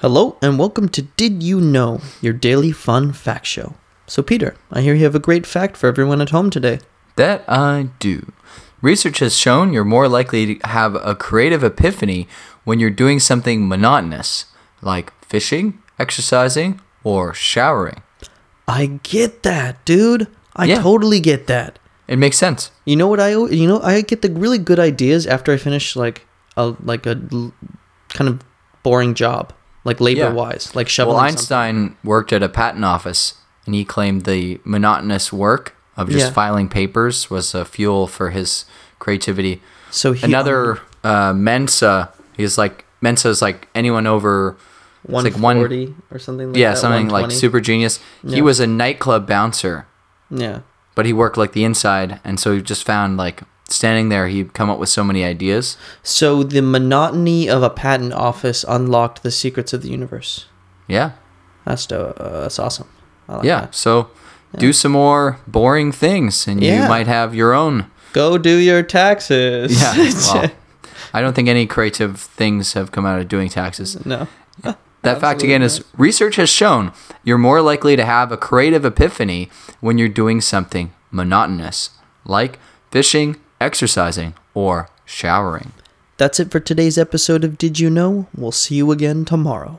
Hello, and welcome to Did You Know, your daily fun fact show. So, Peter, I hear you have a great fact for everyone at home today. That I do. Research has shown you're more likely to have a creative epiphany when you're doing something monotonous, like fishing, exercising, or showering. I get that, dude. I Yeah. totally get that. It makes sense. You know what I? al- You know I get the really good ideas after I finish like a like a l- kind of boring job, like labor wise, like shoveling. Well, something. Einstein worked at a patent office, and he claimed the monotonous work of just Yeah. filing papers was a fuel for his creativity. So he, um, Another uh, Mensa, he's like Mensa is like anyone over it's one like one- forty or something. Like yeah, that, something like 120. super genius. Yeah. He was a nightclub bouncer, Yeah, but he worked like the inside, and so he just found like standing there, he'd come up with so many ideas. So the monotony of a patent office unlocked the secrets of the universe. Yeah, That's do- uh, that's awesome. I like yeah. that. So do some more boring things, and Yeah. you might have your own. Go do your taxes. Yeah. well, I don't think any creative things have come out of doing taxes. no. That fact again is research has shown you're more likely to have a creative epiphany when you're doing something monotonous, like fishing, exercising, or showering. That's it for today's episode of Did You Know? We'll see you again tomorrow.